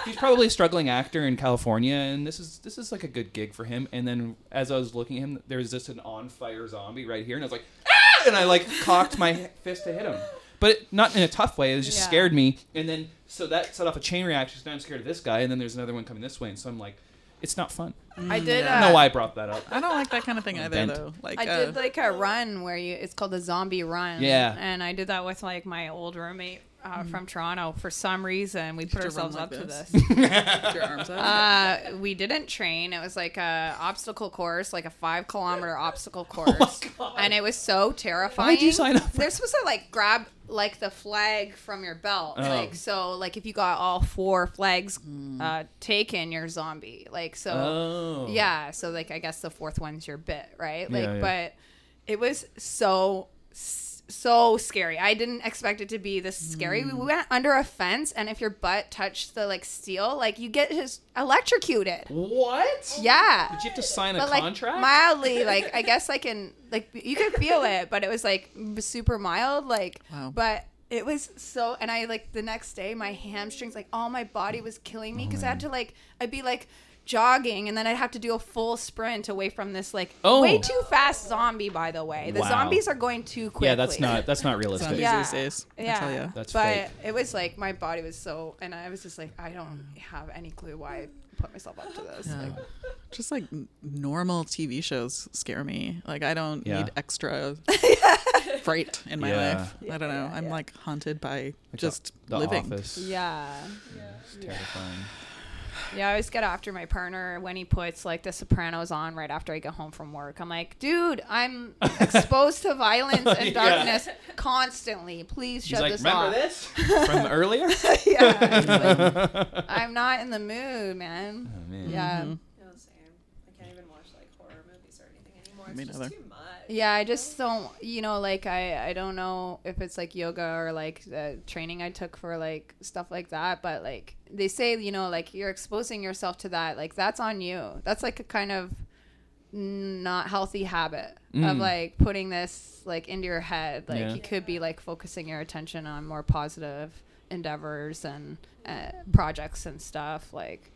he's probably a struggling actor in california and this is this is like a good gig for him and then as i was looking at him there was just an on fire zombie right here and i was like ah! and i like cocked my fist to hit him but it, not in a tough way it was just Yeah. scared me and then so that set off a chain reaction so now i'm scared of this guy and then there's another one coming this way and so i'm like it's not fun I did. i Uh, don't know why i brought that up (laughs) I don't like that kind of thing either, bent. though. Like, I uh, (laughs) did like a run where you it's called the zombie run. Yeah. And I did that with like my old roommate uh, from Toronto. For some reason, we put you run ourselves like up this? (laughs) to this. put your arms out. uh, we didn't train. It was like a obstacle course, like a five kilometer obstacle course, and it was so terrifying. sign up for- They're supposed to like grab like the flag from your belt. Oh. Like so, like if you got all four flags uh, taken, you're zombie. Like so, Oh. yeah. So like I guess the fourth one's your bit, right? Yeah, Like, yeah. but it was so s- so scary. I didn't expect it to be this scary. Mm. We went under a fence, and if your butt touched the like steel, like you get just electrocuted. What? Yeah Did you have to sign a but like contract? mildly like (laughs) i guess like in like you could feel it but it was like super mild like Wow. but it was so and i like the next day my hamstrings like all my body was killing Oh, me because i had to like i'd be like jogging and then i'd have to do a full sprint away from this like Oh. way too fast zombie by the way the Wow. zombies are going too quickly yeah, that's not that's not realistic. Zombies Yeah. these days. I tell yeah ya. That's but fake. it was like my body was so and i was just like i don't have any clue why i put myself up to this Yeah. like, Just like n- normal TV shows scare me. Like I don't Yeah. need (laughs) extra fright in my Yeah. life. I don't know. I'm like haunted by just the living. office. yeah It's terrifying. Yeah, I always get after my partner when he puts like The Sopranos on right after I get home from work. I'm like, dude, (laughs) I'm exposed to violence and Yeah. darkness constantly. Please She's shut like, this remember off. (laughs) this from earlier? yeah, it's like, (laughs) I'm not in the mood, man. Oh, man. Yeah, (laughs) No, same. I can't even watch like horror movies or anything anymore. Me It's just neither. too much. yeah. I just don't, you know, like I, I don't know if it's like yoga or like the training I took for like stuff like that, but like they say, you know, like you're exposing yourself to that, like that's on you. That's like a kind of not healthy habit of Mm. like putting this like into your head like Yeah. you could be like focusing your attention on more positive endeavors and uh, projects and stuff like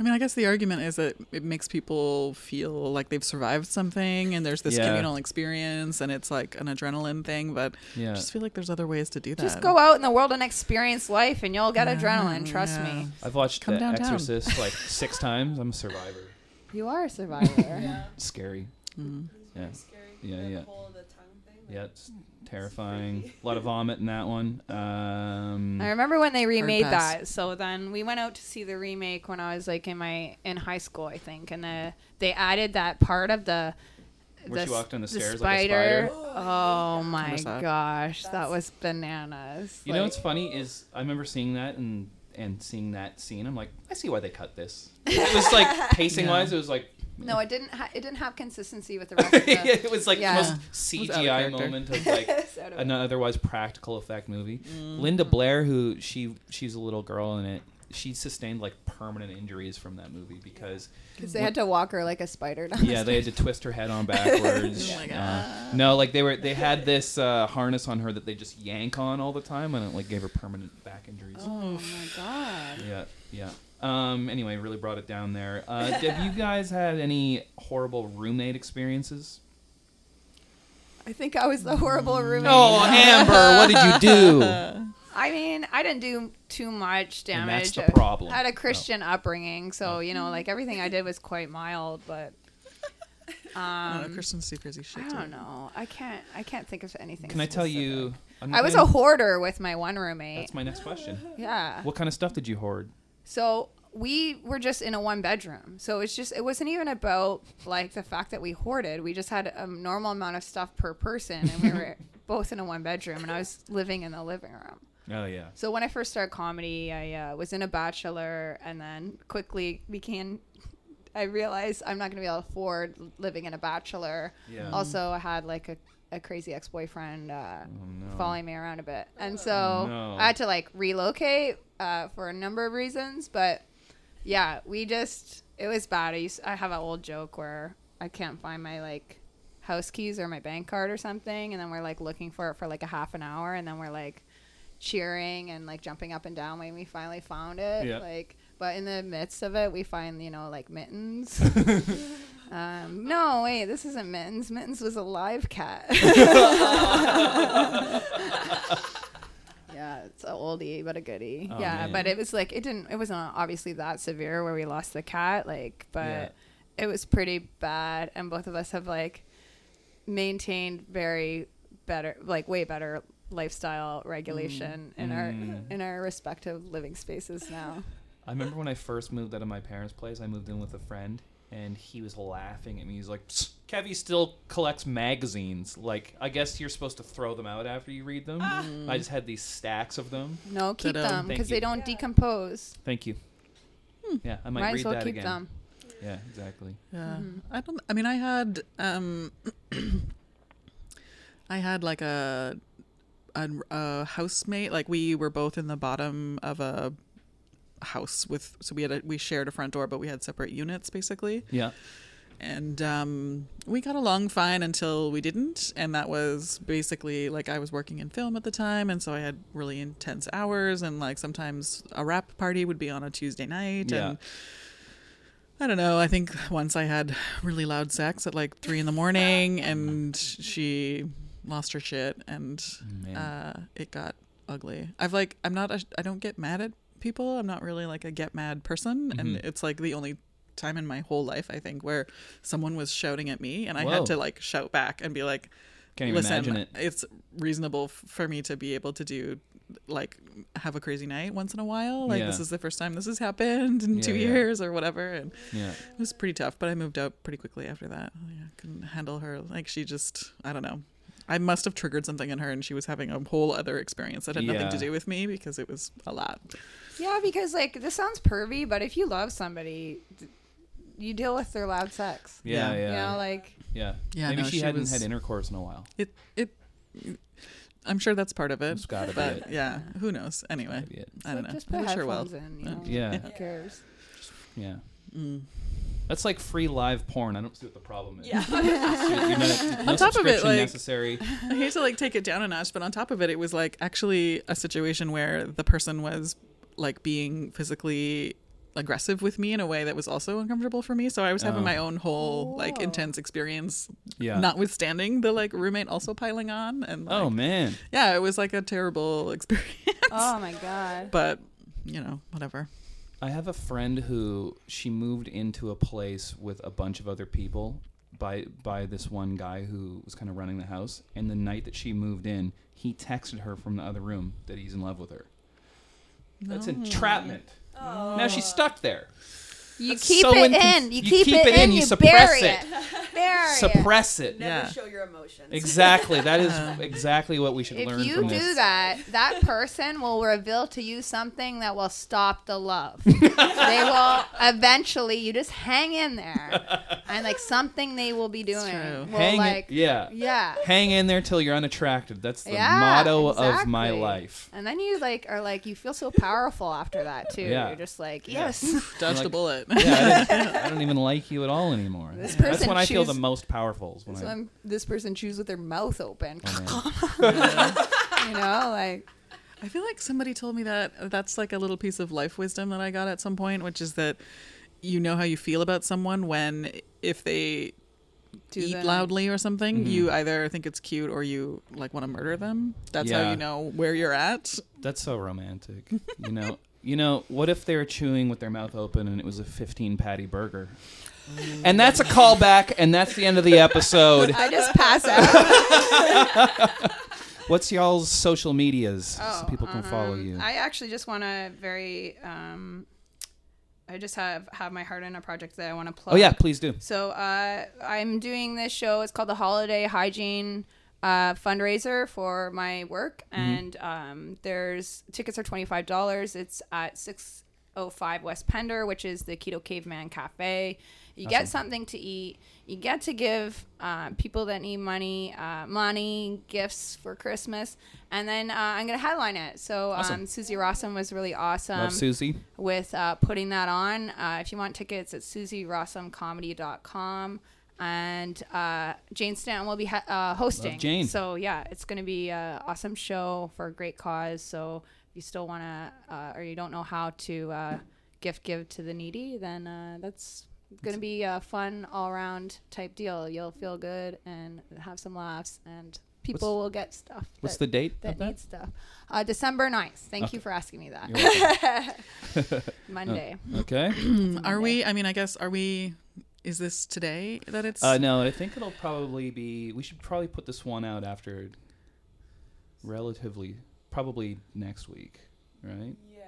I mean, I guess the argument is that it makes people feel like they've survived something and there's this Yeah. communal experience and it's like an adrenaline thing, but Yeah. I just feel like there's other ways to do that. just go out in the world and experience life and you'll get adrenaline trust yeah. me I've watched Come The downtown. Exorcist like six times. I'm a survivor. you are a survivor Yeah. It's scary. It's Yeah. very scary. Yeah, The yeah. whole the tongue thing. like, Yeah, it's terrifying. A lot of vomit in that one. Um, I remember when they remade pass. that. So then we went out to see the remake when I was like in my in high school, I think, and the, they added that part of the. Where she s- walked on the stairs like a spider. Oh my saw it. gosh, that That's- was bananas. you know Like, what's funny is I remember seeing that and and seeing that scene. I'm like, I see why they cut this. It was like pacing wise, it was like (laughs) no, it didn't. Ha- it didn't have consistency with the rest of the. it was like Yeah. the most It was out of CGI character. moment of like (laughs) It's out of- an otherwise practical effect movie. Mm-hmm. Linda Blair, who she she's a little girl in it, she sustained like permanent injuries from that movie (laughs) because 'cause they had to walk her like a spider. down the yeah, they had to twist her head on (laughs) backwards. Oh my Uh, no, like they were they had this uh, harness on her that they just yank on all the time, and it like gave her permanent back injuries. Oh my god. Yeah, yeah. Um, anyway, really brought it down there. Uh, have you guys had any horrible roommate (laughs) experiences? I think I was the horrible Mm. roommate. Oh, Amber, what did you do? I mean, I didn't do too much And that's damage. the problem. I had a Oh. Christian upbringing, so you know, like everything I did was quite mild, but I don't um, know, Christian's too crazy shit. I too. don't know. I can't. I can't think of anything. Can I (laughs) tell specific. you? I'm not I was a gonna- hoarder with my one roommate. That's my next (laughs) question. yeah. What kind of stuff did you hoard? So we were just in a one bedroom. So it's just it wasn't even about like the fact that we hoarded. We just had a normal amount of stuff per person, and (laughs) we were both in a one bedroom, and I was living in the living room. Oh yeah. So when I first started comedy, I uh, was in a bachelor, and then quickly became. I realized I'm not going to be able to afford living in a bachelor. Yeah. Also, I had like a, a crazy ex boyfriend uh, Mm-hmm. Oh, no. following me around a bit, and so no. I had to like relocate uh, for a number of reasons. But yeah, we just it was bad. I used, I have an old joke where I can't find my like house keys or my bank card or something, and then we're like looking for it for like a half an hour, and then we're like cheering and like jumping up and down when we finally found it. Yeah. Like, but in the midst of it, we find you know like mittens. um, no, wait, this isn't mittens. Mittens was a (laughs) live cat. (laughs) yeah, it's an oldie but a goodie. Oh, yeah, man. but it was like it didn't. It wasn't obviously that severe where we lost the cat. Like, but Yeah. it was pretty bad, and both of us have like maintained very better like way better lifestyle regulation in Mm. our in our respective living spaces now I remember when I first moved out of my parents' place, I moved in with a friend, and he was laughing at me. He's like, "Psst, Kevy still collects magazines. Like, I guess you're supposed to throw them out after you read them. I just had these stacks of them. No, keep Ta-da. them Thank because they you. don't decompose. Thank you. Yeah, I might Might read as well that keep again. them. Yeah, exactly. Yeah. I don't I mean I had um (clears throat) I had like a, a a housemate like we were both in the bottom of a house with so we had a we shared a front door but we had separate units basically Yeah. and um, we got along fine until we didn't and that was basically like i was working in film at the time and so i had really intense hours and like sometimes a rap party would be on a tuesday night Yeah. and i don't know i think once i had really loud sex at like three in the morning and she lost her shit and Oh, Man. uh, it got ugly i've like i'm not a, i don't get mad at people i'm not really like a get mad person and Mm-hmm. it's like the only time in my whole life I think where someone was shouting at me and I Whoa. had to like shout back and be like Can't even listen uh, imagine it. it's reasonable f- for me to be able to do like have a crazy night once in a while like this Yeah. is the first time this has happened in Yeah, 2 yeah. years or whatever and Yeah. it was pretty tough but I moved out pretty quickly after that I couldn't handle her like she just I don't know I must have triggered something in her and she was having a whole other experience that had nothing to Yeah. do with me because it was a lot Yeah, because like this sounds pervy, but if you love somebody, th- you deal with their loud sex. Yeah, Yeah. yeah, You know, yeah. like Yeah, Maybe no, she she hadn't was- had intercourse in a while. It it. I'm sure that's part of it. It's gotta be but it. yeah, who knows? Anyway, Maybe (laughs) it- Uh, I don't like, know. just put I wish her well. headphones in. You know? Yeah. Who cares? Yeah. That's like free live porn. I don't see what the problem is. (laughs) Yeah. You- you (laughs) know, no On top of it, subscription like- necessary. I hate to like take it down a notch, but on top of it, it was like actually a situation where the person was like being physically aggressive with me in a way that was also uncomfortable for me. So I was having Oh. my own whole like Whoa. intense experience, Yeah. notwithstanding the like roommate also piling on. And like, oh man. yeah, it was like a terrible (laughs) experience. Oh my god. But you know, whatever. I have a friend who she moved into a place with a bunch of other people by by this one guy who was kind of running the house. And the night that she moved in, he texted her from the other room that he's in love with her. That's entrapment. Now Oh. she's stuck there. You That's keep so it incon- in. You, keep, it, in. You, suppress bury it. it. Bury Suppress it. Yeah. Never show your emotions. Exactly. That is (laughs) exactly what we should If learn you from do this. that, that person will reveal to you something that will stop the (laughs) love. they will eventually. You just hang in there, (laughs) and like something they will be doing true. will Hang like it. Yeah. yeah. Hang in there till you're unattracted. That's the Yeah, motto of my exactly. (laughs) life. And then you like are like you feel so powerful after that too. Yeah. You're just like Yeah. yes, Dodged Like- a bullet. Yeah, I don't, I don't even like you at all anymore. This That's person when I feel the choose- most powerful. Is when (laughs) So I, I'm- this person chews with their mouth open. (laughs) oh, man. you know, like (laughs) I feel like somebody told me that that's like a little piece of life wisdom that I got at some point, which is that you know how you feel about someone when if they do eat the- loudly or something, you Mm-hmm. either think it's cute or you like want to murder them. That's how Yeah. you know where you're at. That's so romantic. You know, you know. What if they were chewing with their mouth open and it was a 15 patty burger? And that's a callback, and that's the end of the (laughs) episode. I just Oh, pass out. What's y'all's social medias so Oh, people can follow um, you? I actually just want to very. Um, I just have have my heart in a project that I want to plug. oh yeah, please do. So uh, I'm doing this show. It's called the Holiday Hygiene uh, Fundraiser for my work, Mm-hmm. and um, there's tickets are twenty five dollars. It's at six oh five West Pender, which is the Keto Caveman Cafe. You get something to eat. You get to give uh, people that need money, uh, money, gifts for Christmas, and then uh, I'm gonna headline it. So um, Susie Rossum was really awesome Love Susie. with uh, putting that on. Uh, if you want tickets, it's susierossumcomedy.com. And uh, Jane Stanton will be ha- uh, hosting. Love Jane. So, yeah, it's going to be an awesome show for a great cause. So, if you still want to, uh, or you don't know how to uh, gift give to the needy, then uh, that's going to be a fun all round type deal. You'll feel good and have some laughs, and people will get stuff. What's that- the date? that of that? needs stuff. Uh, December 9th. Thank you for asking me that. You're welcome. (laughs) (laughs) Monday. Uh, Okay. (clears throat) Are we? I mean, I guess are we? Is this today that it's? Uh, no, I think it'll probably be. We should probably put this one out after relatively, probably next week, right? Yeah.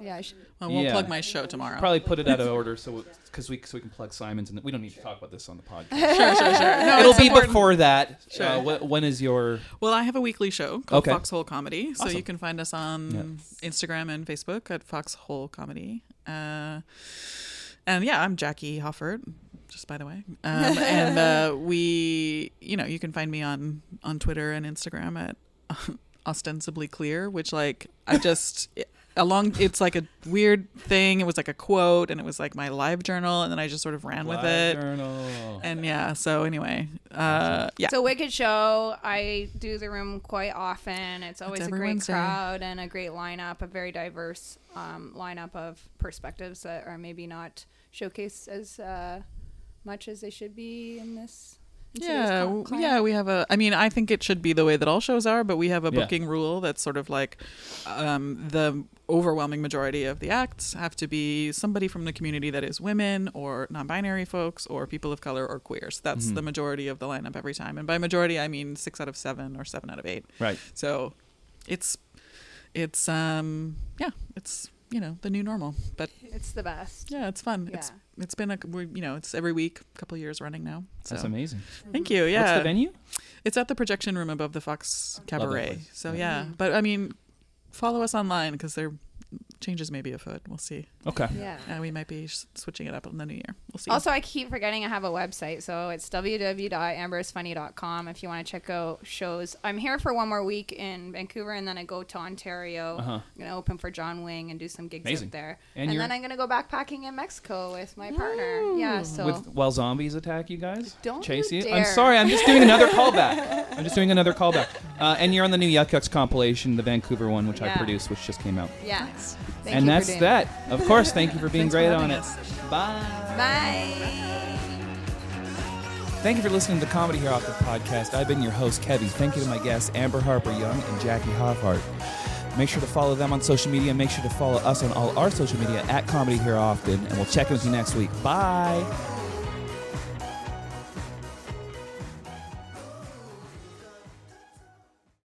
Yeah, I should. I won't Yeah. oh, plug my show tomorrow. Probably put it out of order so because we so we can plug Simon's and we don't need to talk about this on the (laughs) podcast. Sure, sure, sure. No, It'll it's be important. before that. Sure. Uh, wh- when is your Well, I have a weekly show called Okay. Foxhole Comedy, so Awesome. you can find us on Instagram and Facebook at Foxhole Comedy. Uh, and yeah, I'm Jackie Hoffert, just by the way. (laughs) Um, and uh, we, you know, you can find me on on Twitter and Instagram at (laughs) ostensibly clear, which like I just. Along, it's like a weird thing. It was like a quote, and it was like my live journal, and then I just sort of ran with it. journal? And yeah, so anyway, uh, yeah. It's a wicked show. I do the room quite often. It's always a every great Wednesday. crowd and a great lineup, a very diverse um, lineup of perspectives that are maybe not showcased as uh, much as they should be in this. in today's yeah cl- w- climate. yeah we have a i mean i think it should be the way that all shows are but we have a Yeah. booking rule that's sort of like um, the overwhelming majority of the acts have to be somebody from the community that is women or non-binary folks or people of color or queers that's Mm-hmm. the majority of the lineup every time and by majority i mean six out of seven or seven out of eight Right. so it's it's um yeah it's you know the new normal but It's the best. yeah it's fun it's it's been a we're, you know it's every week couple years running now so That's amazing. thank you yeah What's the venue? it's at the projection room above the Fox that Cabaret. place. So yeah, but I mean, follow us online because there changes may be afoot. We'll see. Okay. Yeah. Uh, we might be s- switching it up in the new year. We'll see. Also, I keep forgetting I have a website. So it's www.amberisfunny.com if you want to check out shows. I'm here for one more week in Vancouver and then I go to Ontario. Uh-huh. I'm going to open for John Wing and do some gigs Amazing. up there. And And, you're- then I'm going to go backpacking in Mexico with my partner. Yeah, so. With while zombies attack you guys, Don't chase you I'm dare. sorry. I'm just doing another callback. I'm just doing another callback. Uh, and you're on the new Yuck Yucks compilation, the Vancouver one, which I Yeah. produced, which just came out. yeah. Thank and you for that's doing that. Of course. Thank you for being Thanks for great on having it. us. Bye. Bye. Thank you for listening to the Comedy Here Off the podcast. I've been your host, Kevy. Thank you to my guests, Amber Harper Young and Jackie Hoffhart. Make sure to follow them on social media. Make sure to follow us on all our social media at Comedy Here Often, and we'll check in with you next week. Bye.